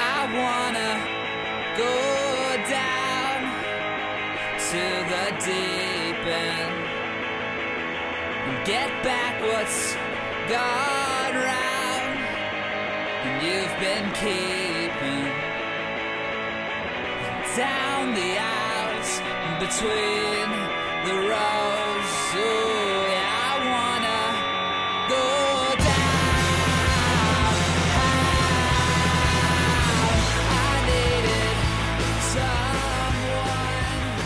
wanna go down to the deep end and get back what's gone round and you've been keeping down the aisles and between the rows. Ooh, yeah, I wanna go down. I needed someone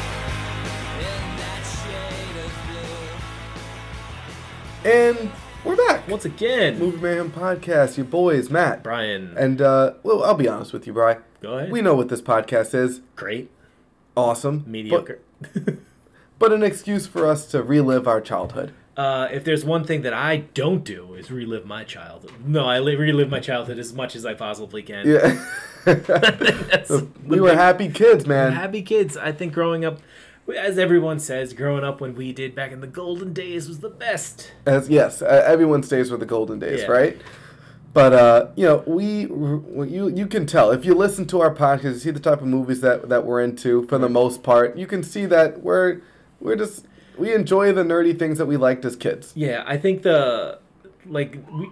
in that shade of blue. And we're back. Once again, Movie Mayhem Podcast. Your boy is Matt. Brian. And uh, well, I'll be honest with you, Bry. Go ahead. We know what this podcast is. Great. Awesome. but- Mediocre. But, an excuse for us to relive our childhood. Uh, if there's one thing that I don't do is relive my childhood. No, I li- relive my childhood as much as I possibly can. Yeah. That's the we were big- happy kids, man. happy kids. I think growing up, as everyone says, growing up when we did back in the golden days was the best. As yes, uh, everyone stays with the golden days, Yeah. right? But uh, you know, we well, you you can tell if you listen to our podcast, you see the type of movies that that we're into for the most part. You can see that we're we're just we enjoy the nerdy things that we liked as kids. Yeah, I think the like we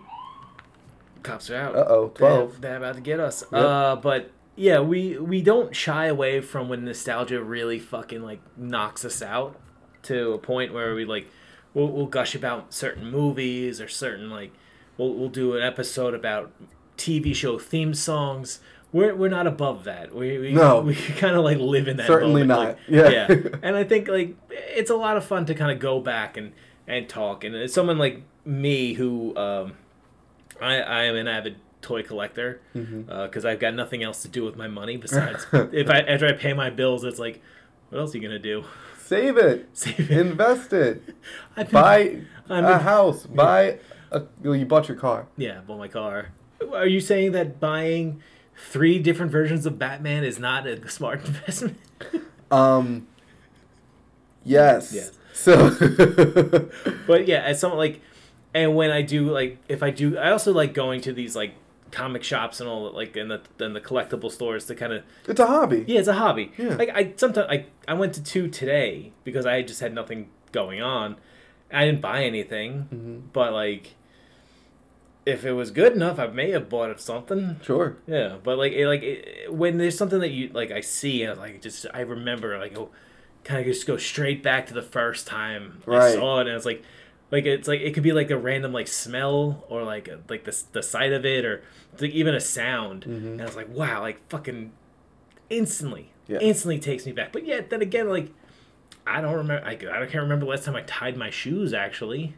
cops are out. Uh-oh, They're- 12. They're, about to get us. Uh, but yeah, we we don't shy away from when nostalgia really fucking like knocks us out to a point where we like we'll, we'll gush about certain movies or certain like we'll we'll do an episode about TV show theme songs. We're, we're not above that. We, we No. we kind of like live in that. Certainly moment, not. like, Yeah. yeah and I think like it's a lot of fun to kind of go back and and talk. And it's someone like me who um, I I am an avid toy collector because Mm-hmm. I've got nothing else to do with my money besides if I after I pay my bills, it's like what else are you gonna do? Save it, Save it. invest it, I've been- buy I'm a in- house, buy a well, you bought your car. yeah, bought my car. Are you saying that buying three different versions of Batman is not a smart investment? Um, yes. Yes. So but yeah, as someone like, and when I do like, if I do, I also like going to these like comic shops and all like and the and the collectible stores to kind of it's a hobby. yeah, it's a hobby. Yeah. Like I sometimes I I went to two today because I just had nothing going on. I didn't buy anything, but like, if it was good enough, I may have bought something. Sure. Yeah, but like it, like it, when there's something that you like I see and like just I remember like oh, kind of just go straight back to the first time I Right. saw it and it's like like it's like it could be like a random like smell or like a- like the s- the sight of it or like even a sound Mm-hmm. and I was like wow like fucking instantly Yeah. instantly takes me back but yet then again like I don't remember I, I can't remember the last time I tied my shoes actually.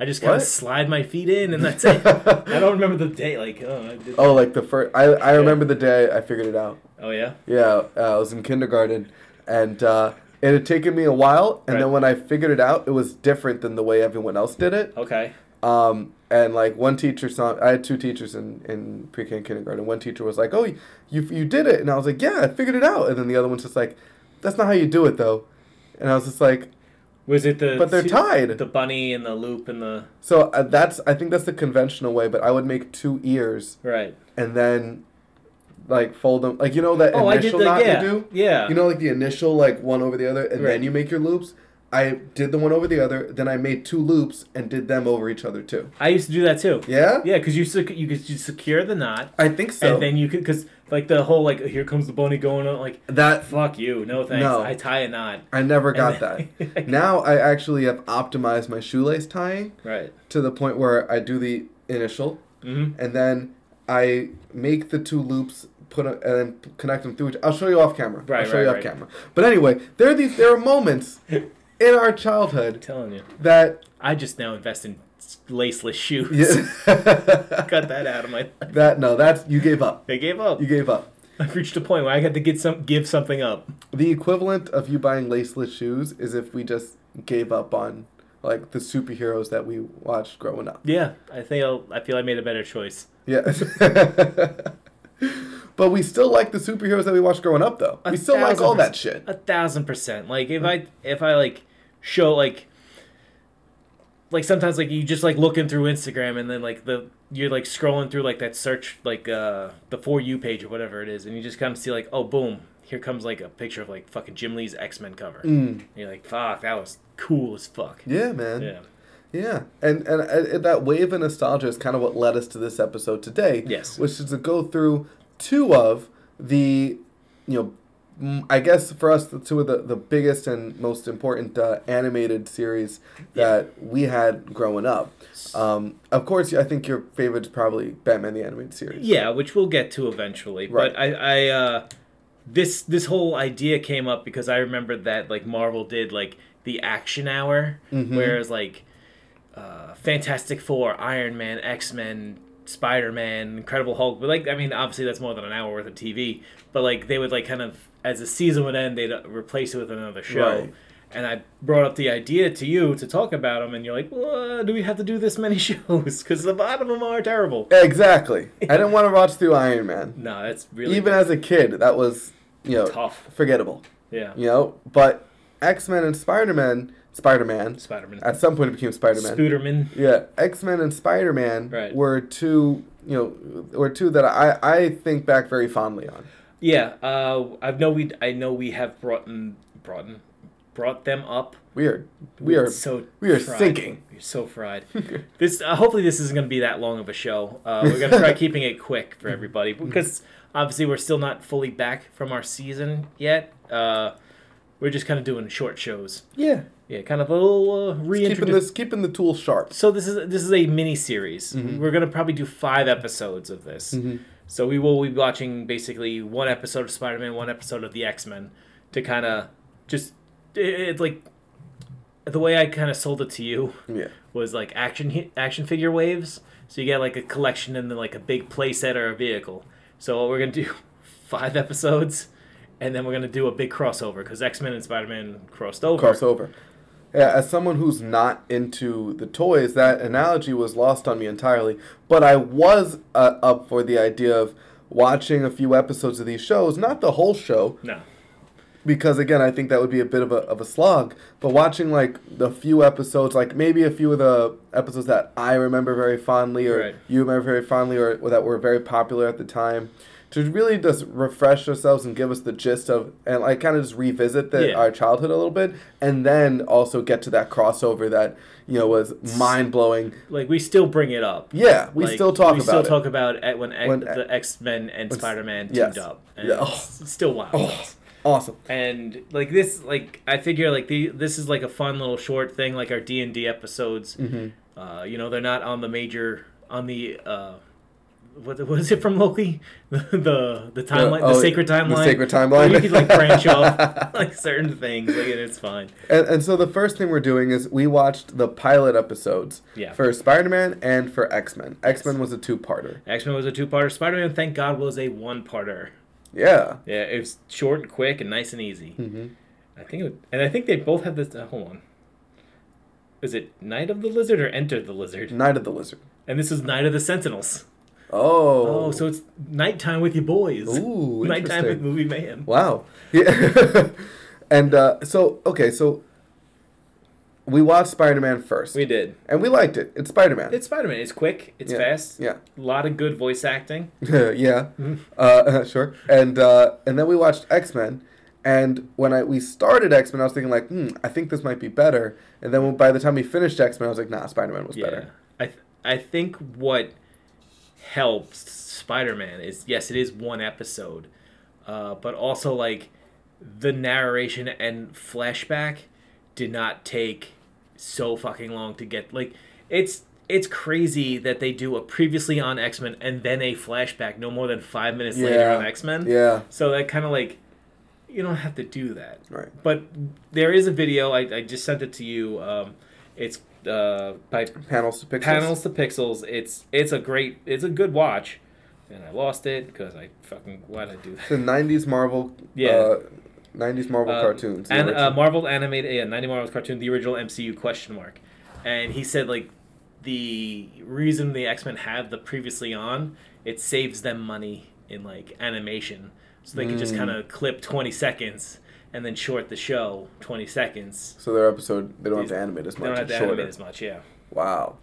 I just kind What? of slide my feet in, and that's it. I don't remember the day. Like, oh, I did- Oh, like the first. I, I remember the day I figured it out. oh yeah. Yeah, uh, I was in kindergarten, and uh, it had taken me a while. And then Right. when I figured it out, it was different than the way everyone else did it. Okay. Um, and like one teacher saw, I had two teachers in in pre K and kindergarten. One teacher was like, "Oh, you you did it," and I was like, "Yeah, I figured it out." And then the other one's just like, "That's not how you do it, though." And I was just like, Was it the But they're two- tied. The bunny and the loop and the "So uh, that's I think that's the conventional way, but I would make two ears right. and then." Like fold them, like you know that Oh, I did initial the knot yeah. you do. Yeah. You know, like the initial like one over the other, and Right. then you make your loops. I did the one over the other, then I made two loops and did them over each other too. I used to do that too. Yeah, Yeah, because you sec- you could you secure the knot I think so. and then you could because like the whole like here comes the bunny going on like that fuck you no thanks No. I tie a knot I never got then- that. now I actually have optimized my shoelace tying right to the point where I do the initial, Mm-hmm. and then I make the two loops, put 'em- and then p- connect them through. Each, I'll show you off camera. Right, I'll show right, you off right. camera. But anyway, there are these there are moments in our childhood telling you that I just now invest in s- laceless shoes yeah, cut that out of my life. that no that's you gave up. I gave up You gave up. I've reached a point where I had to get some give something up The equivalent of you buying laceless shoes is if we just gave up on like the superheroes that we watched growing up. yeah I think I'll, I feel I made a better choice Yeah. but we still like the superheroes that we watched growing up though. A We still like thousand all that percent. shit. Mm. A thousand percent. Like if I if I like show like like sometimes like you just like looking through Instagram and then like the you're like scrolling through like that search like uh the for you page or whatever it is and you just kind of see like oh boom here comes like a picture of like fucking Jim Lee's X Men cover. And you're like fuck that was cool as fuck. Mm. Yeah, man. Yeah. Yeah, and, and and that wave of nostalgia is kind of what led us to this episode today. Yes. which is to go through two of the, you know, mm, I guess for us the two of the, the biggest and most important uh, animated series that we had growing up. Um, of course, I think your favorite is probably Batman the animated series. Yeah, which we'll get to eventually. Right. But I, I uh, this this whole idea came up because I remember that like Marvel did like the action hour, Mm-hmm. whereas like uh, Fantastic Four, Iron Man, X Men, Spider Man, Incredible Hulk. But like, I mean, obviously that's more than an hour worth of TV. But like, they would like kind of as the season would end, they'd uh, replace it with another show. Right. And I brought up the idea to you to talk about them, and you're like, "What? Do we have to do this many shows? Because a lot of them are terrible." Exactly. I didn't want to watch through Iron Man. No, that's really Even as a kid, that was you know Tough. forgettable. yeah. You know, but X Men and Spider Man, Spider Man, Spider-Man. At some point, it became Spider Man. Spooderman. Yeah, X Men and Spider Man Right. were two, you know, were two that I I think back very fondly on. Yeah, uh, I know we I know we have brought in, brought in, brought them up. We are we are so we are fried. sinking. We're so fried. this uh, hopefully this isn't going to be that long of a show. Uh, we're going to try keeping it quick for everybody Mm-hmm. because obviously we're still not fully back from our season yet. Uh, we're just kind of doing short shows. Yeah, Yeah, kind of a little uh, keeping reintroduction. this keeping the tool sharp. so this is this is a mini series. Mm-hmm. We're gonna probably do five episodes of this. So we will be watching basically one episode of Spider Man, one episode of the X Men, to kind of just it, it's like the way I kind of sold it to you Yeah, was like action hi- action figure waves. So you get like a collection and then like a big playset or a vehicle. So what we're gonna do five episodes, and then we're gonna do a big crossover because X Men and Spider Man crossed over. crossover. Yeah, as someone who's not into the toys, that analogy was lost on me entirely. But I was uh, up for the idea of watching a few episodes of these shows, not the whole show, No. because again i think that would be a bit of a, of a slog but watching like the few episodes like maybe a few of the episodes that i remember very fondly or Right. you remember very fondly or, or that were very popular at the time to really just refresh ourselves and give us the gist of and like kind of just revisit the, Yeah. our childhood a little bit and then also get to that crossover that you know was mind-blowing Like we still bring it up. yeah we Like, still talk we about still it talk about at when, X, When- the X Men and when- Spider Man yes. teamed up. And Yeah. Oh. it's it's still wild. awesome And like this, like I figure, like the this is like a fun little short thing, like our D and D episodes. Mm-hmm. Uh, you know, they're not on the major on the. Uh, what was it from Loki? The the, the timeline, oh, the sacred the timeline. sacred timeline. We could like branch off like certain things. Like and it's fine. And, and so the first thing we're doing is we watched the pilot episodes Yeah. for Spider Man and for X Men. X Men was a two parter. X Men was a two parter. Spider Man, thank God, was a one parter. Yeah. Yeah, it was short and quick and nice and easy. Mm-hmm. I think, it would, and I think they both have this. Uh, hold on, is it Night of the Lizard or Enter the Lizard? Night of the Lizard. And this is Night of the Sentinels. Oh. Oh, so it's nighttime with your boys. Ooh, nighttime interesting. with movie mayhem. Wow. Yeah. and uh, so, okay, so we watched Spider Man first. We did. and we liked it. It's Spider Man. It's Spider Man. It's quick. It's Yeah, fast. yeah. A lot of good voice acting. yeah, Mm-hmm. uh, sure. And uh, and then we watched X Men, and when I we started X Men, I was thinking like, hmm, I think this might be better. And then when, by the time we finished X Men, I was like, nah, Spider Man was better. I th- I think what helps Spider Man is yes, it is one episode, uh, but also like the narration and flashback did not take so fucking long to get. Like it's it's crazy that they do a previously on X Men and then a flashback no more than five minutes later Yeah. on X Men. Yeah. So that kind of like you don't have to do that. Right. But there is a video. I, I just sent it to you. Um, it's uh, by Panels to pixels. panels to pixels. It's it's a great. It's a good watch. And I lost it because I fucking why did I do that? The '90s Marvel. Yeah. Uh, '90s Marvel Uh, cartoons. the and uh, original. Marvel animated yeah, 90 Marvel's cartoon, the original MCU question mark. And he said like the reason the X Men have the previously on, it saves them money in like animation, so they can just Mm. kind of clip 20 seconds and then short the show 20 seconds. so their episode, they don't have These- to animate as They much. don't have It's to shorter. animate as much. Yeah, Wow.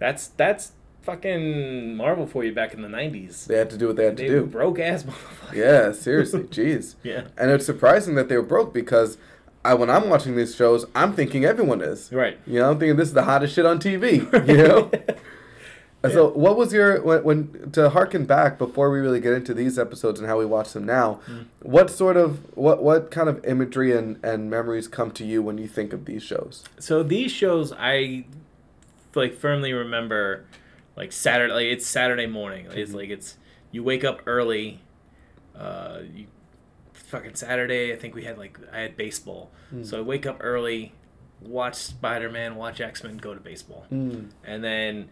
that's that's fucking Marvel for you back in the nineties. They had to do what they had They to do. broke ass motherfuckers. Yeah, seriously, jeez. Yeah. And it's surprising that they were broke because I, when I'm watching these shows, I'm thinking everyone is. Right. You know, I'm thinking this is the hottest shit on TV. You know. And So, what was your when, when to harken back before we really get into these episodes and how we watch them now? Mm. What sort of what what kind of imagery and and memories come to you when you think of these shows? So these shows I like firmly remember like Saturday like it's Saturday morning. Like, Mm-hmm. It's like it's you wake up early uh you fucking Saturday I think we had like I had baseball. Mm. So I wake up early, watch Spider-Man, watch X-Men, go to baseball. Mm. And then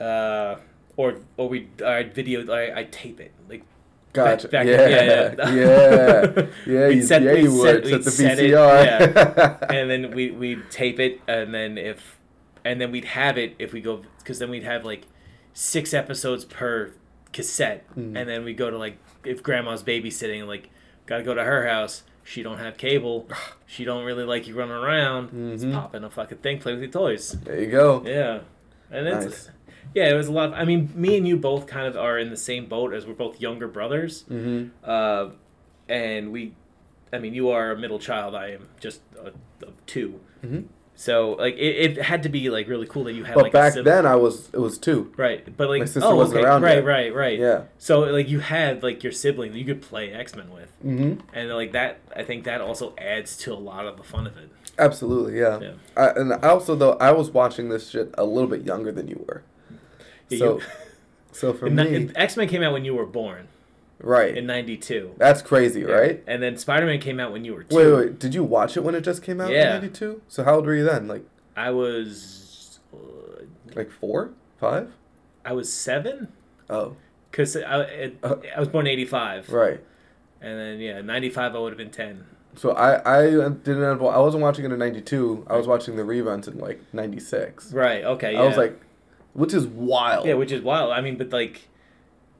uh or or we I video I I tape it. Like Gotcha. back- yeah, yeah, yeah, yeah. yeah, yeah. We'd You, set- yeah, we'd you would set- we'd set the set it, VCR. and then we we tape it, and then if, and then we'd have it if we go, because then we'd have like six episodes per cassette, and then we go to like if grandma's babysitting, like gotta go to her house. She don't have cable. She don't really like you running around. It's Mhm. popping a fucking thing, play with your toys. there you go. Yeah, and it's Nice. yeah, it was a lot. Of, I mean, me and you both kind of are in the same boat as we're both younger brothers. hmm Uh, and we, I mean, you are a middle child. I am just a, a 2 Mhm. So like, it, it had to be like really cool that you had. But like, a back sibling- then, I was it was two. right? But like, my sister oh, wasn't okay, around right, yet. right, right. Yeah. So like, you had like your sibling that you could play X Men with, Mm-hmm. and like that. I think that also adds to a lot of the fun of it. Absolutely, yeah. Yeah. I, and I also though I was watching this shit a little bit younger than you were, Yeah, so you- so for in me, X Men came out when you were born right? in '92, That's crazy, right? And then Spider Man came out when you were two. Wait, wait, wait, did you watch it when it just came out Yeah. in '92? So how old were you then? Like I was, uh, like four, five? I was seven. Oh, Cause I, it, Uh, I was born eighty five, right. and then yeah, ninety five I would have been ten. So I I didn't have, I wasn't watching it in '92. I was watching the reruns in like '96. Right. Okay. Yeah. I was like, which is wild. yeah, which is wild. I mean, but like,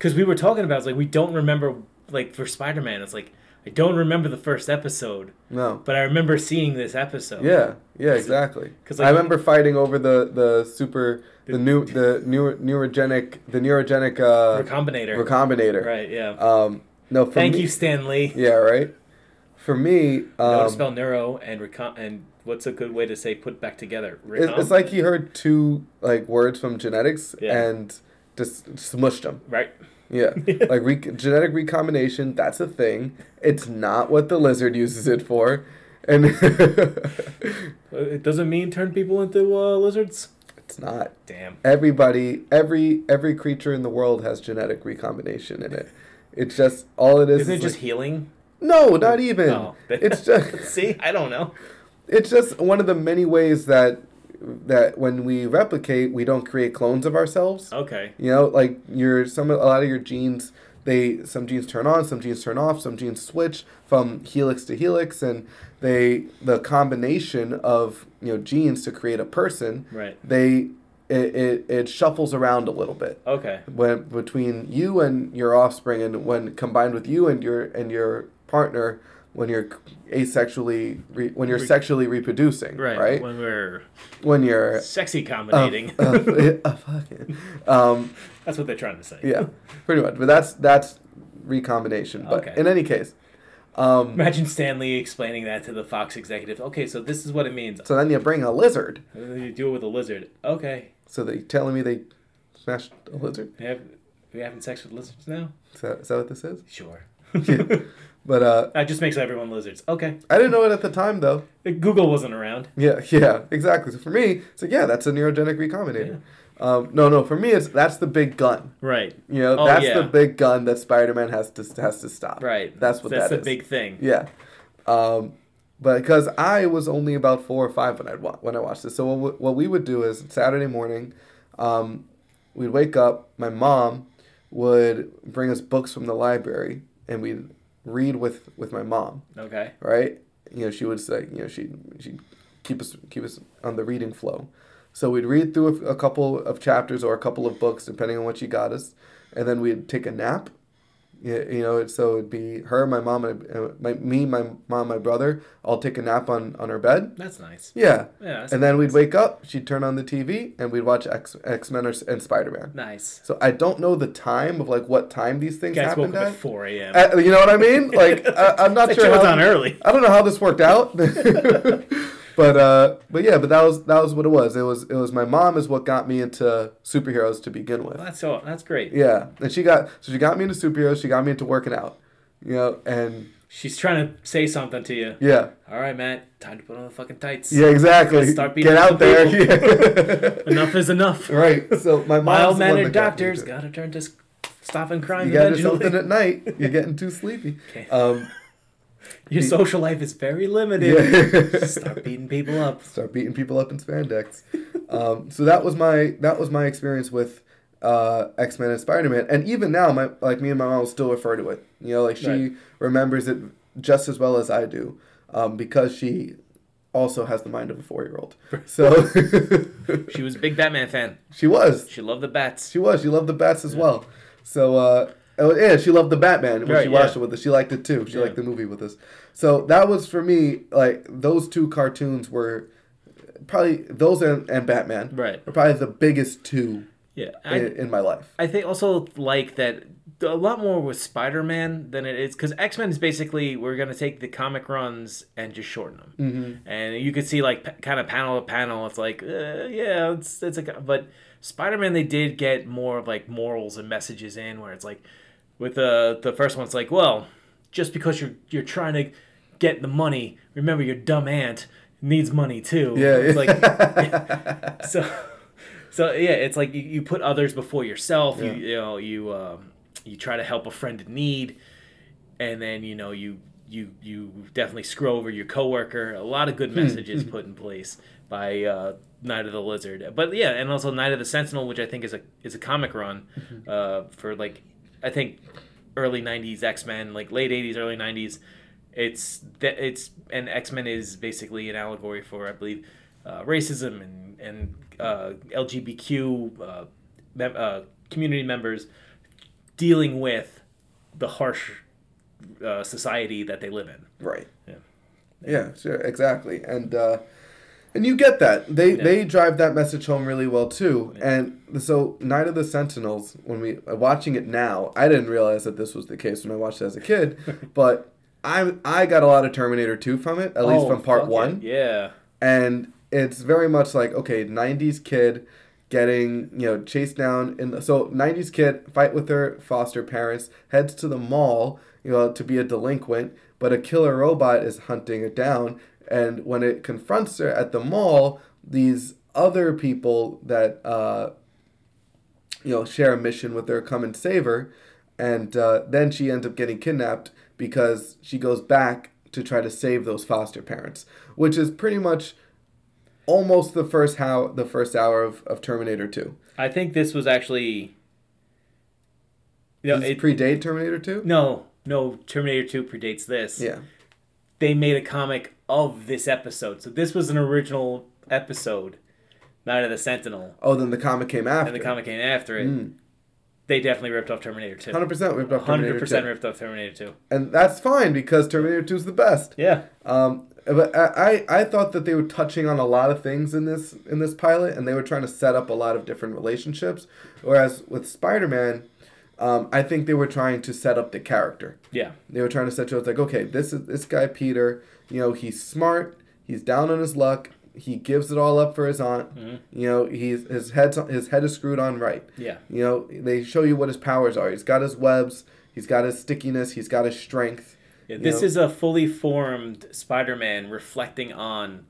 cause we were talking about it's like we don't remember like for Spider Man. It's like I don't remember the first episode, no. but I remember seeing this episode. Yeah, yeah, exactly. 'Cause, like, I remember fighting over the the super the new the new neurogenic the neurogenic uh, Recombinator. recombinator. Right. Yeah. Um, no, for Thank me, you, Stan Lee. Yeah, right. For me, Know um, to spell neuro and recom and what's a good way to say put back together? it's, Recom? it's like he heard two like words from genetics Yeah. and just smushed them. right. Yeah, like re- genetic recombination. That's a thing. It's not what the lizard uses it for, and it's Uh, It doesn't mean turn people into uh, lizards. not. Damn. everybody every every creature in the world has genetic recombination in it it's just all it is Isn't it is just like- healing? no not even Oh. it's just See, I don't know. it's just one of the many ways that that when we replicate we don't create clones of ourselves Okay. you know like your some a lot of your genes they some genes turn on some genes turn off some genes switch from helix to helix and they the combination of you know genes to create a person Right. they it, it, it shuffles around a little bit Okay. when between you and your offspring and when combined with you and your and your partner when you're asexually re, when you're sexually reproducing right Right. right when, When we're you're sexy uh, combinating. uh, uh, fuck it. um That's what they're trying to say. yeah pretty much but that's that's recombination but Okay. in any case um Imagine Stanley explaining that to the Fox executive. Okay, so this is what it means. Uh, so then you bring a lizard You do it with a lizard. Okay. so they telling me they smashed a lizard We have we having sex with lizards now? is that, is that what this is Sure. but uh that just makes everyone lizards. Okay. i didn't know it at the time though Google wasn't around. Yeah, yeah, exactly. So for me, it's like yeah, that's a neurogenic recombinator. Um, no, no, for me, it's that's the big gun. Right. You know, Oh, that's yeah. the big gun that Spider-Man has to has to stop. Right. That's what That's that the is. big thing. Yeah, um, but because I was only about four or five when I wa- when I watched this, so what, w- what we would do is Saturday morning, um, we'd wake up. My mom would bring us books from the library, and we'd read with with my mom Okay. right? You know, she would say, you know, she she keep us keep us on the reading flow. So we'd read through a, a couple of chapters or a couple of books, depending on what she got us, and then we'd take a nap, Yeah, you know, so it'd be her, my mom, and uh, my me, my mom, my brother. I'll take a nap on on her bed. That's nice. Yeah. Yeah, that's and then we'd wake up. She'd turn on the TV, and we'd watch X X Men and Spider Man. Nice. So I don't know the time of like what time these things Guys woke happened up at. at 4 a.m. Uh, you know what I mean? Like I, I'm not That sure. shit was how- on early. I don't know how this worked out. but uh, but yeah, but that was that was what it was. It was it was my mom is what got me into superheroes to begin with. that's so. That's great. Yeah, and she got so she got me into superheroes. She got me into working out. You know, and She's trying to say something to you. yeah, All right, Matt. Time to put on the fucking tights. yeah, exactly. Gotta start beating Get up out the there. Yeah. Enough is enough. right. So my mom. Mild mannered doctors gotta turn to s- stopping crime You gotta do eventually. something at night. You're getting too sleepy. Okay. Um, Your social life is very limited. yeah. Start beating people up. start beating people up in spandex. Um, so that was my that was my experience with uh, X Men and Spider Man, and even now, my like me and my mom still refer to it. You know, like she Right. remembers it just as well as I do, um, because she also has the mind of a four year old. So She was a big Batman fan. she was, She loved the bats. she was, she loved the bats as well. So. Uh, Oh, yeah, she loved the Batman when Right, she watched yeah. it with us. She liked it too. She Yeah. liked the movie with us. So that was for me like those two cartoons were probably those and, and Batman Right. are probably the biggest two Yeah. i I, in, my life. I think also like that a lot more with Spider Man than it is because X Men is basically we're gonna take the comic runs and just shorten them, mm-hmm. and you could see like p- kind of panel to panel. It's like uh, yeah, it's it's a co- but Spider Man they did get more of like morals and messages in where it's like with the the first one it's like well just because you're you're trying to get the money remember your dumb aunt needs money too Yeah, it's yeah. like so so yeah it's like you, you put others before yourself you, you know you um, you try to help a friend in need and then you know you you you definitely screw over your coworker a lot of good messages put in place by uh Night of the Lizard, but yeah, and also Night of the Sentinel, which I think is a is a comic run, uh, for like, I think early '90s X Men, like late '80s, early '90s. It's that it's and X Men is basically an allegory for I believe uh, racism and and uh, LGBTQ uh, mem- uh, community members dealing with the harsh uh, society that they live in. right. Yeah. Yeah, sure, exactly. And uh and you get that. They they drive that message home really well too. And so Night of the Sentinels when we uh, watching it now, I didn't realize that this was the case when I watched it as a kid, but I I got a lot of Terminator 2 from it, at least from part 1. Oh, Yeah. and it's very much like okay 90s kid getting you know chased down in the, so 90s kid fight with her foster parents heads to the mall you know to be a delinquent but a killer robot is hunting it down and when it confronts her at the mall these other people that uh you know share a mission with her come and save her and uh, then she ends up getting kidnapped because she goes back to try to save those foster parents which is pretty much almost the first how the first hour of, of terminator 2 I think this was actually. No, Does it it, predate terminator 2 no, no. Terminator Two predates this. yeah They made a comic of this episode, so this was an original episode, Night of the Sentinel, oh then the comic came after and the comic came after it. They definitely ripped off Terminator Two. 100% Hmm. ripped off terminator Hundred 100% percent ripped off Terminator Two. and that's fine because terminator 2 is the best Yeah. Um, but I, I I thought that they were touching on a lot of things in this in this pilot, and they were trying to set up a lot of different relationships. Whereas with Spider Man, um, I think they were trying to set up the character. Yeah. They were trying to set you up like, okay, this is this guy Peter. You know, he's smart. He's down on his luck. He gives it all up for his aunt. You know, he's his head's his head is screwed on right. Mm-hmm. Yeah. You know, they show you what his powers are. He's got his webs. He's got his stickiness. He's got his strength. Yeah, you this know. is a fully formed Spider-Man reflecting on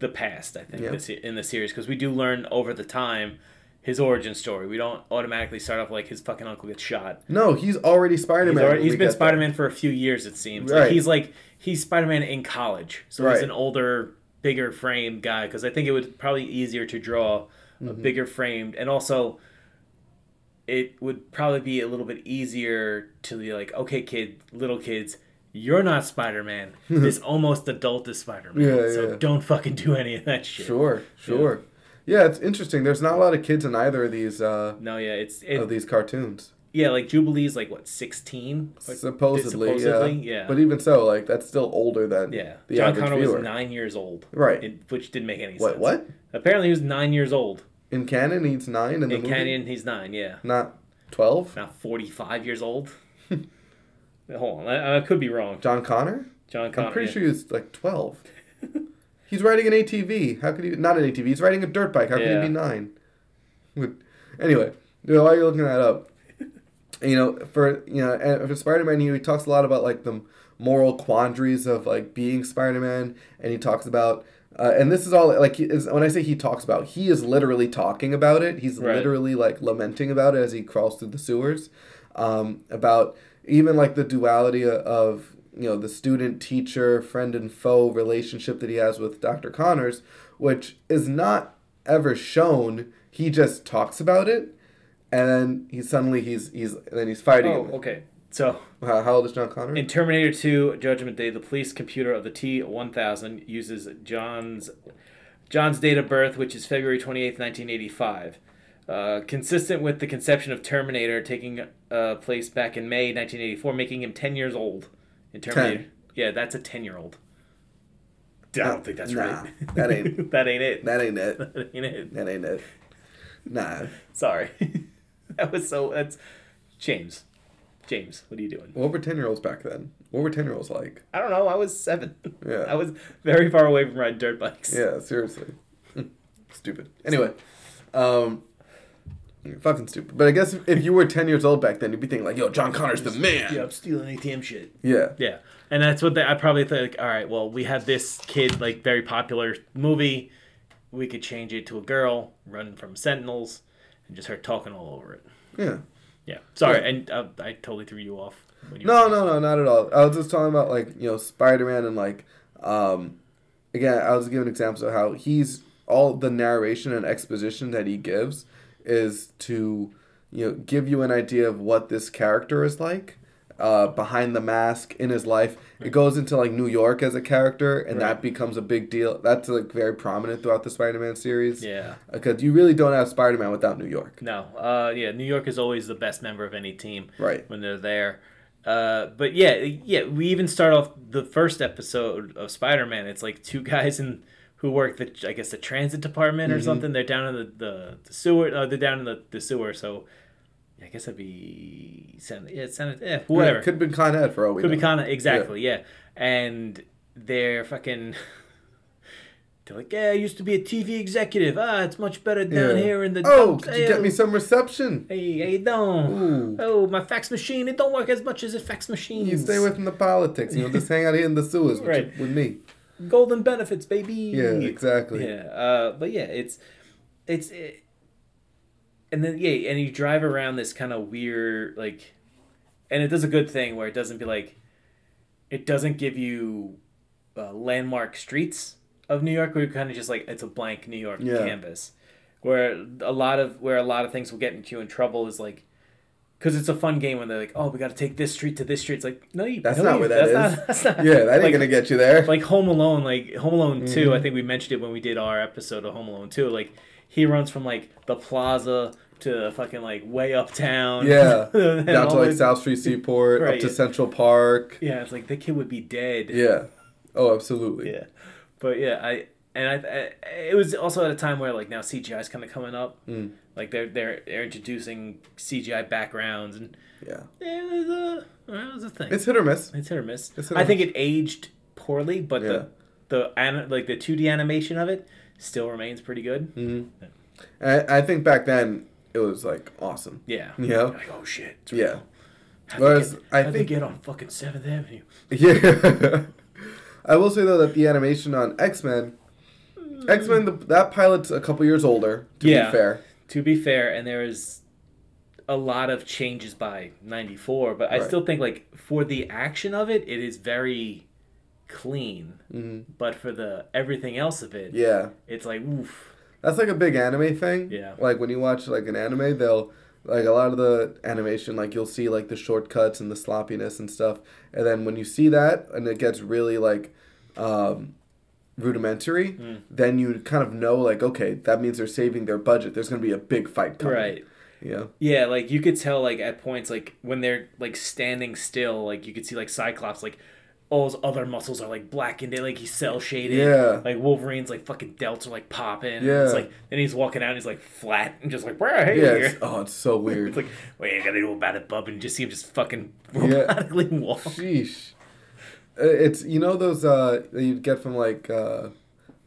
the past. I think Yeah. this in the series because we do learn over the time his origin story. We don't automatically start off like his fucking uncle gets shot. No, he's already Spider He's, Man. already, he's been Spider-Man for a few years, it seems. Like, Right. he's like he's Spider-Man in college, so Right. he's an older, bigger frame guy. Because I think it would probably easier to draw a Mm-hmm. bigger framed, and also it would probably be a little bit easier to be like, okay, kid, little kids. You're not Spider-Man. this almost adult is Spider-Man. Yeah, so yeah. don't fucking do any of that shit. Sure, sure. Yeah. it's interesting. There's not a lot of kids in either of these uh, No, yeah, it's it, of these cartoons. yeah, like Jubilee's like what sixteen? Like, supposedly, supposedly, yeah. yeah. But even so, like that's still older than yeah, the John average Connor viewer. was nine years old, Right. in- which didn't make any What- sense. what? Apparently, he was nine years old. In canon, he's nine, and In the movie, Canyon, he's nine. Yeah, not twelve. now forty-five years old. Hold on, I, I could be wrong. John Connor. John Connor. I'm pretty yeah. sure he was like twelve. he's riding an ATV. How could he? Not an ATV. He's riding a dirt bike. How could Yeah. he be nine? Would- Anyway, you know, while you're looking that up, you know, for you know, and for Spider-Man, he, he talks a lot about like the moral quandaries of like being Spider-Man, and he talks about. Uh, and this is all like he is, when I say he talks about, he is literally talking about it. He's Right. literally like lamenting about it as he crawls through the sewers, um, about even like the duality o- of you know the student teacher friend and foe relationship that he has with Dr. Connors, which is not ever shown. He just talks about it, and then he suddenly he's he's then he's fighting. Oh, him. okay. So How, how old is John Connor? in Terminator 2 Judgment Day, the police computer of the T-1000 uses John's John's date of birth, which is February 28th, 1985. Uh, consistent with the conception of Terminator taking uh, place back in May 1984, making him 10 years old in Terminator. Yeah, that's a 10-year-old. I don't think that's Nah, right. that ain't- that ain't it. that ain't it. That ain't it. That ain't it. Nah. Sorry. that was so that's James. James, what are you doing? What were ten year olds back then? What were ten year olds like? I don't know. I was seven. Yeah. I was very far away from riding dirt bikes. Yeah, seriously. stupid. Anyway, um, fucking stupid. But I guess if, if you were ten years old back then, you'd be thinking like, "Yo, John Connor's the man." I'm stealing ATM shit. Yeah. Yeah. And that's what they, I probably think, all right, well, we have this kid, like, very popular movie. We could change it to a girl running from Sentinels and just her talking all over it. Yeah. Yeah. Sorry. And uh, I totally threw you off. When you No, no, no, not at all. I was just talking about like you know Spider Man and like, um, again, I was giving examples of how he's all the narration and exposition that he gives is to you know give you an idea of what this character is like. Uh, behind the mask in his life, it goes into like New York as a character, and that Right. becomes a big deal. That's like very prominent throughout the Spider-Man series. Yeah. because you really don't have Spider-Man without New York. No. Uh, yeah, New York is always the best member of any team. Right. When they're there. Uh, but yeah, yeah, we even start off the first episode of Spider-Man. It's like two guys in who work the I guess the transit department or Mm-hmm. something. They're down in the the, the sewer. Uh, they're down in the, the sewer. So I guess that'd be Sen- yeah, Senate, yeah, whatever. could have been Con Ed for all we Could know. be kind of exactly, yeah. And they're fucking. They're like, yeah, I used to be a TV executive. Ah, it's much better down Yeah. here in the. Oh, dumps. could you get Ew." me some reception? Hey, how you doing? Ooh. Oh, my fax machine, it don't work as much as a fax machine. You stay away from the politics. You know, just hang out here in the sewers with, Right. with me. golden benefits, baby. Yeah, exactly. Yeah, uh, but yeah, it's it's, it, and then yeah, and you drive around this kind of weird like, and it does a good thing where it doesn't be like, it doesn't give you uh, landmark streets of New York where you kind of just like it's a blank New York Yeah. canvas, where a lot of where a lot of things will get into you in trouble is like. Because it's a fun game when they're like, "Oh, we got to take this street to this street." It's like, "No, you. That's no, not you- where that that's is. Not, that's not, Yeah, that ain't like, gonna get you there. like Home Alone, like Home Alone 2, Mm-hmm. I think we mentioned it when we did our episode of Home Alone 2. Like, he runs from, like, the plaza to fucking, like, way uptown. yeah, And down to all like the- South Street Seaport, up Right, to yeah. Central Park. Yeah, it's like the kid would be dead. Yeah. Oh, absolutely. Yeah. But yeah, I. And I, I, it was also at a time where like now CGI is kind of coming up, mm. like they're they're they're introducing CGI backgrounds and Yeah. yeah, it was a it was a thing. It's hit or miss. It's hit or miss. It's hit or I think it aged poorly, but Yeah. the the an, like the two D animation of it still remains pretty good. Mm. I, I think back then it was like awesome. Yeah. Yeah. Like, oh shit. it's real. Yeah. How'd Whereas they get, I how'd think- they get on fucking Seventh Avenue. Yeah. I will say though that the animation on X Men, X Men, that pilot's a couple years older. To Yeah. be fair. To be fair, and there is a lot of changes by '94, but I Right. still think like for the action of it, it is very clean. But for the everything else of it, Mm-hmm. Yeah. it's like oof. That's like a big anime thing. Yeah. Like when you watch like an anime, they'll like a lot of the animation, like you'll see like the shortcuts and the sloppiness and stuff. And then when you see that and it gets really like um rudimentary, Hmm. then you kind of know like, okay, that means they're saving their budget. There's gonna be a big fight coming. Right. Yeah. Yeah, like you could tell like at points like when they're like standing still, like you could see like Cyclops like all his other muscles are like blackened, they like he's cell shaded. Yeah. Like Wolverine's like fucking delts are like popping. Yeah. Yeah. It's like and he's walking out and he's like flat and just like where hey Yeah. It's, oh, it's so weird. It's like what you gotta do about it, bub, and just see him just fucking Yeah. robotically walk. Sheesh. Uh, It's you know those uh that you'd get from like uh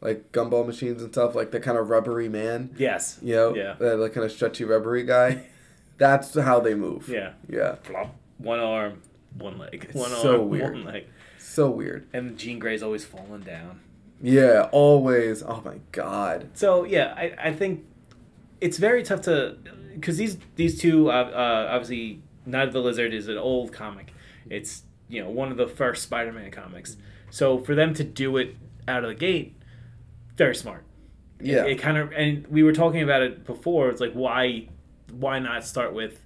like gumball machines and stuff like the kind of rubbery man Yes. you know Yeah. that like kind of stretchy rubbery guy that's how they move Yeah. yeah Flop. One arm, one leg. one so arm, weird. one leg. so weird And Jean Grey's always falling down. yeah always oh my god So yeah, I, I think it's very tough to because these these two uh, uh, obviously Night of the Lizard is an old comic. It's you know one of the first Spider-Man comics. So for them to do it out of the gate, very smart. It- Yeah. It, kind of and we were talking about it before. It's like why why not start with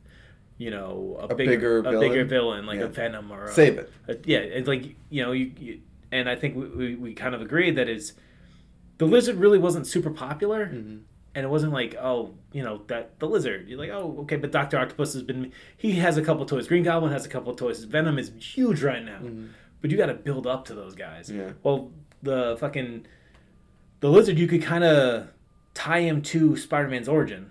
you know a, A bigger, bigger a bigger villain? villain like Yeah. a Venom or a, save it uh, yeah, it's like you know, you, you and I think we, we, we kind of agreed that is the lizard really wasn't super popular, and it wasn't like oh you know that the lizard you're like oh okay, but Doctor Octopus has been he has a couple toys, Green Goblin has a couple toys, Venom is huge right now, but you got to build up to those guys. Yeah. Well, the fucking the lizard you could kind of tie him to Spider-Man's origin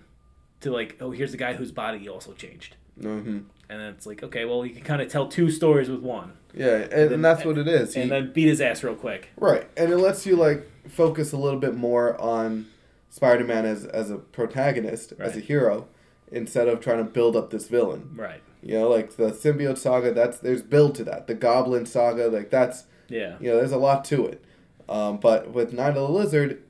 to like oh here's the guy whose body also changed. hmm And then it's like, okay, well, you can kind of tell two stories with one yeah and, and that's what it is He- and then beat his ass real quick. Right, and it lets you like focus a little bit more on Spider-Man as as a protagonist, as a Right. hero, instead of trying to build up this villain. Right. You know, like the symbiote saga. That's there's build to that. The Goblin saga, like that's Yeah. you know, there's a lot to it. Um, but with Night of the Lizard,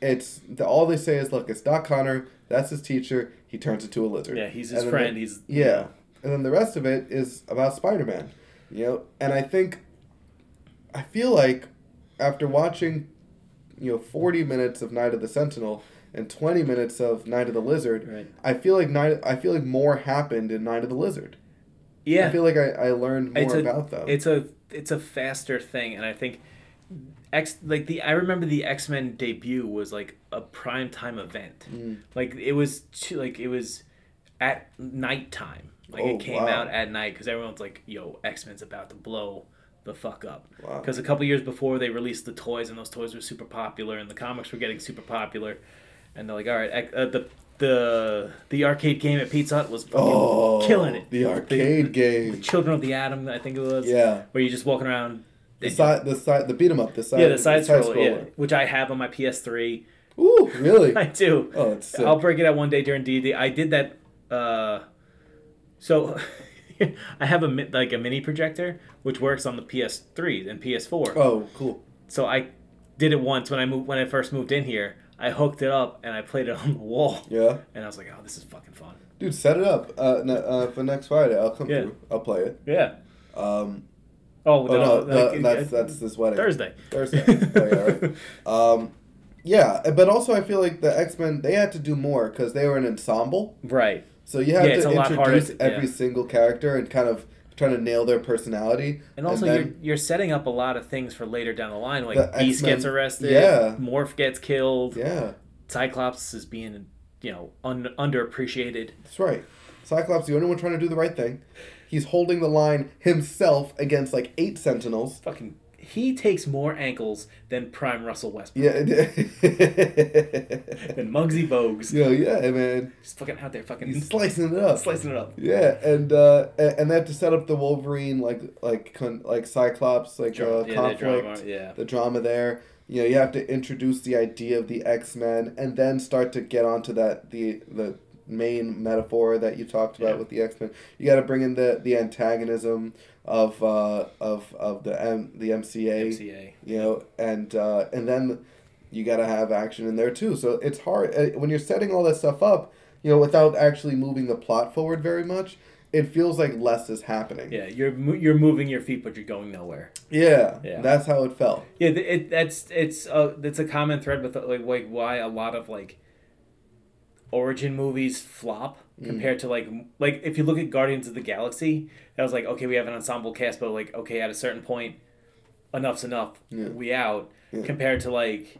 it's the, all they say is, look, it's Doc Connor. That's his teacher. He turns into a lizard. Yeah, he's his And then friend, the- he's- yeah, and then the rest of it is about Spider Man. You know, and I think, I feel like, after watching, you know, forty minutes of Night of the Sentinel and twenty minutes of Night of the Lizard, Right. I feel like night. I feel like more happened in Night of the Lizard. Yeah. I feel like I, I learned more it's a, about them. It's a it's a faster thing, and I think X like the I remember the X Men debut was like a prime time event. Mm. Like it was too, like it was at nighttime. Like Oh, it came wow. out at night because everyone's like, "Yo, X Men's about to blow." The fuck up, Wow. because a couple years before they released the toys, and those toys were super popular, and the comics were getting super popular, and they're like, all right, X- uh, the the the arcade game at Pizza Hut was fucking oh, killing it. The arcade game. Children of the Atom, I think it was. Yeah. Where you're just walking around. The side, the side, the beat 'em up, the side, yeah, the side scroller, yeah, which I have on my PS3. Yeah. Ooh, really? I do. Oh, it's sick. I'll break it out one day during D&D. I did that. Uh, so I have a mi- like a mini projector which works on the PS3 and PS4. oh, cool. So I did it once when I moved when I first moved in here. I hooked it up and I played it on the wall. Yeah, And I was like, oh, this is fucking fun. dude, set it up uh, n- uh, for next Friday. I'll come Yeah. through. I'll play it. Yeah. Um, oh Oh, no, no, the- like, that's uh, that's this wedding. Thursday. Thursday. Oh, yeah, right. Um, yeah, but also I feel like the X Men they had to do more because they were an ensemble. Right. So you had Yeah, it's to a lot harder introduce to- every yeah. single character and kind of trying to nail their personality. And also, then- you're, you're setting up a lot of things for later down the line. Like The Beast X-Men- gets arrested, yeah. Morph gets killed, yeah. Cyclops is being, you know, un- underappreciated. That's right. Cyclops, the only one trying to do the right thing. He's holding the line himself against like eight Sentinels. Fucking, he takes more ankles than Prime Russell Westbrook, Yeah. it- than Muggsy Bogues. Yo, yeah, man. He's fucking out there, fucking He's slicing it up. slicing it up. Yeah, and uh, a- and they have to set up the Wolverine like like con- like Cyclops like Dra- uh, yeah, the conflict, drama, yeah. the drama there. You know, you have to introduce the idea of the X Men, and then start to get onto that the the main metaphor that you talked about Yeah. with the X Men. You got to bring in the the antagonism of uh, of of the M- the MCA. you know and uh, and then you got to have action in there too so it's hard uh, when you're setting all that stuff up you know without actually moving the plot forward very much it feels like less is happening Yeah, you're mo- you're moving your feet, but you're going nowhere. yeah, Yeah. that's how it felt Yeah, th- it, that's it's uh that's a common thread with like like why a lot of like origin movies flop Mm. compared to like m- like if you look at Guardians of the Galaxy, that was like okay we have an ensemble cast, but like okay at a certain point, enough's enough, Yeah. we out. Yeah. Compared to like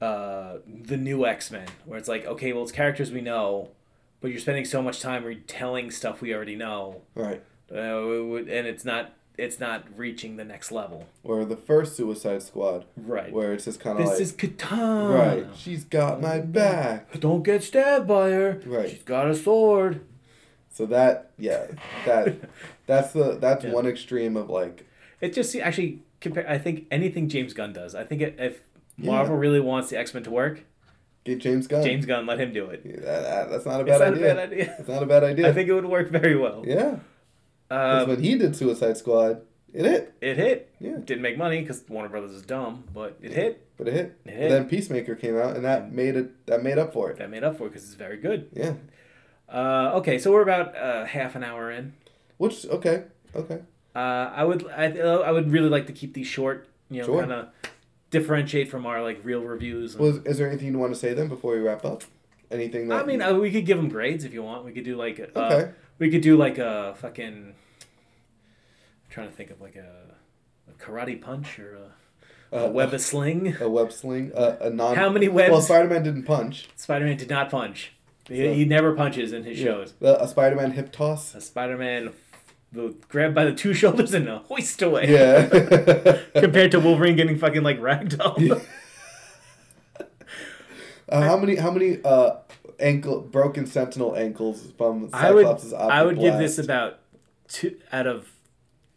uh the new X Men, where it's like okay well it's characters we know, but but you're spending so much time retelling stuff we already know, Right. uh, it would- and it's not it's not reaching the next level. Or the first Suicide Squad. Right. Where it's just kind of This like. is Oh, right. Katana. She's got my back. Don't get stabbed by her. Right. She's got a sword. So that yeah, that that's the that's one extreme of like It just see, actually compare. I think anything James Gunn does. I think it, if Yeah. Marvel really wants the X Men to work, get James Gunn. James Gunn let him do it. That, that- that's not a bad It's not idea. a bad idea. It's not a bad idea. I think it would work very well. yeah. 'Cause Um, when he did Suicide Squad, it hit, it hit. Yeah. Didn't make money because Warner Brothers is dumb, but it hit. but it hit. It But hit. Mm. then Peacemaker came out, and that made it. That made up for it. That made up for it because it's very good. Yeah. Uh, okay, so we're about uh, half an hour in. Which okay, okay. Uh, I would I, I would really like to keep these short. You know, Sure. kind of differentiate from our like real reviews. and- Was is there anything you want to say then before we wrap up? Anything that I mean, you- uh, we could give them grades if you want. We could do like a, uh, Okay. we could do like a fucking. I'm trying to think of like a, a karate punch or a, a Uh, web of sling. a web sling, a, a non. How many webs? Well, Spider Man didn't punch. Spider-Man did not punch. He, So- he never punches in his shows. The, a Spider Man hip toss. A Spider-Man the grabbed by the two shoulders and a hoist away. Yeah. Compared to Wolverine getting fucking like ragdoll. Uh, how many how many uh ankle broken sentinel ankles from I would Cyclops' optic I would give blast? this about two out of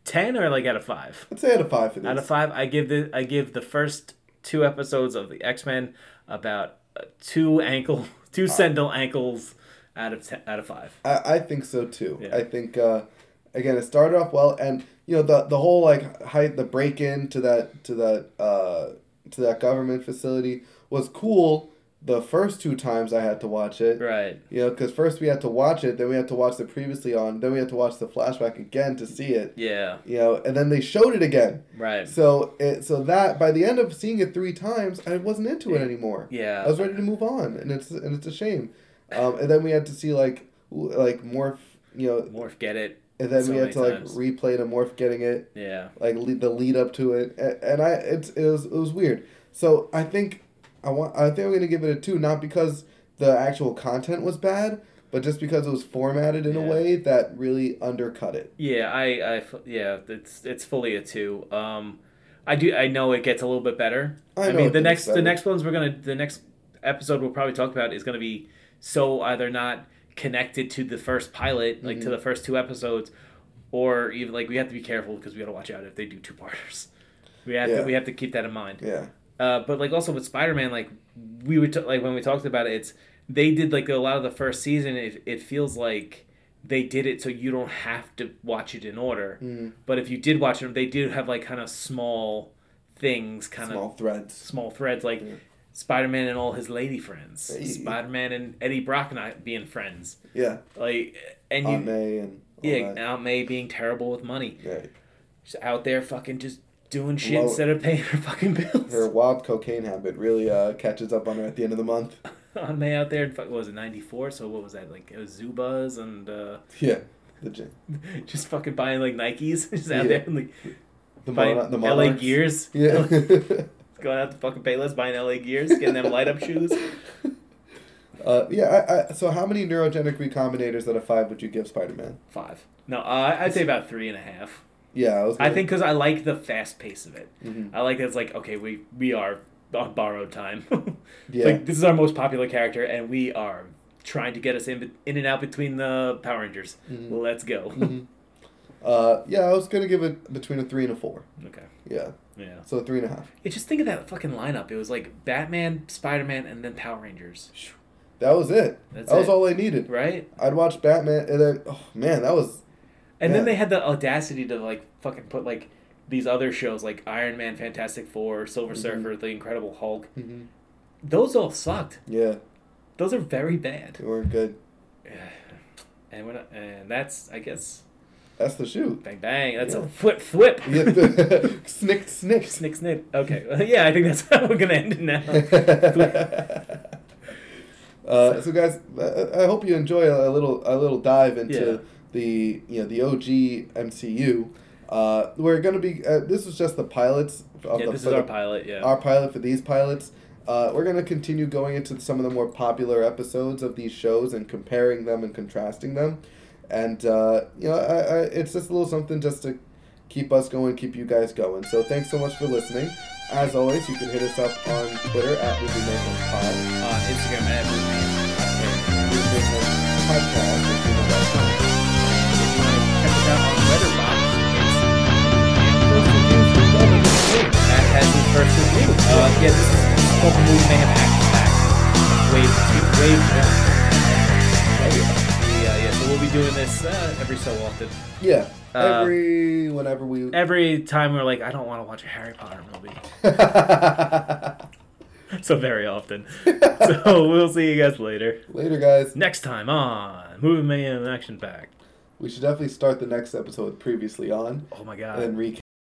ten or like out of five. I'd say out of five for this. Out of five, I give the I give the first two episodes of the X Men about uh, two ankle two sendal ankles out of ten, out of five. I, I think so too. Yeah. I think uh, again it started off well, and you know the the whole like height the break in to that to that uh, to that government facility was cool. The first two times I had to watch it, Right. you know, because first we had to watch it, then we had to watch the previously on, then we had to watch the flashback again to see it, Yeah. you know, and then they showed it again. Right. So it so that by the end of seeing it three times, I wasn't into it anymore. Yeah. I was ready to move on, and it's and it's a shame. Um, and then we had to see like w- like morph, you know, Morph get it. and then so we had many to like times. replay the morph getting it, Yeah. like le- the lead up to it, and, and I it's it was it was weird. So I think I want I think I'm gonna give it a two, not because the actual content was bad, but just because it was formatted in a Yeah. way that really undercut it. Yeah, I, I f- yeah, it's it's fully a two. Um, I do I know it gets a little bit better. I I, know it mean the gets next better. the next ones we're gonna the next episode we'll probably talk about is gonna be so either not connected to the first pilot like Mm-hmm. to the first two episodes, or even like we have to be careful because we gotta watch out if they do two parters. We have Yeah. to we have to keep that in mind. Yeah. Uh, but like also with Spider Man, like we were t- like when we talked about it, it's they did like a lot of the first season. It, it feels like they did it so you don't have to watch it in order. Mm. But if you did watch them, they do have like kind of small things, kind Small of threads. small threads, like Spider Man and all his lady friends, Hey. Spider Man and Eddie Brock not being friends, Yeah. like and you Aunt May and all yeah that. Aunt May being terrible with money, Yeah. she's out there fucking just doing shit Low- instead of paying her fucking bills. Her wild cocaine habit really uh, catches up on her at the end of the month. on May out there in fuck, what was it ninety four? So what was that like? It was Zubas and uh, Yeah. The gym. just fucking buying like Nikes, just out Yeah. there and, like The, buying mon- the LA monarchs. gears. Yeah. going out to fucking Payless buying LA gears, getting them light up shoes. uh, yeah. I, I, so, how many neurogenic recombinators out of five would you give Spider Man? Five. No, uh, I'd say about three and a half. Yeah. I, was gonna- I mm-hmm. think because I like the fast pace of it. I like that it's like okay, we we are on borrowed time. It's Yeah. Like this is our most popular character, and we are trying to get us in in and out between the Power Rangers. Mm-hmm. Let's go. Uh, yeah, I was going to give it between a three and a four. okay. Yeah. Yeah. So, three and a half. Yeah, just think of that fucking lineup. It was like Batman, Spider Man, and then Power Rangers, That was it. That's that was it. all I needed. right? I'd watch Batman, and then, oh, man, that was. And Yeah. then they had the audacity to like fucking put like these other shows like Iron Man, Fantastic Four, Silver Mm-hmm. Surfer, The Incredible Hulk. Mhm. Those all sucked. Yeah. Those are very bad. They weren't good. And when and that's I guess That's the shoot. bang bang. That's Yeah. a flip flip. Yeah, the- snick, snick. Snick snip. Okay. Yeah, I think that's how we're gonna end it now. uh, so guys, I, I hope you enjoy a little a little dive into Yeah. the you know the OG MCU. Uh, we're gonna be uh, this is just the pilots of yeah, the, this for is our the- pilot. Yeah. our pilot for these pilots. Uh, we're going to continue going into some of the more popular episodes of these shows and comparing them and contrasting them. And, uh, you know, I, I, it's just a little something just to keep us going, keep you guys going. So thanks so much for listening. As always, you can hit us up on Twitter at Movie Mayhem Pod, on Uh, Instagram at Movie Mayhem Podcast, at gmail.com. That has the first review. Uh, yeah, this is this is called the movie Mayhem Action Pack. Wave two, wave one. Yeah, yeah. So we'll be doing this uh, every so often. Yeah. Uh, Every, whenever we. Every time we're like, I don't want to watch a Harry Potter movie. So very often. so we'll see you guys later. Later, guys. Next time on Movie Mayhem Action Pack. We should definitely start the next episode with previously on Oh my and god. then recap.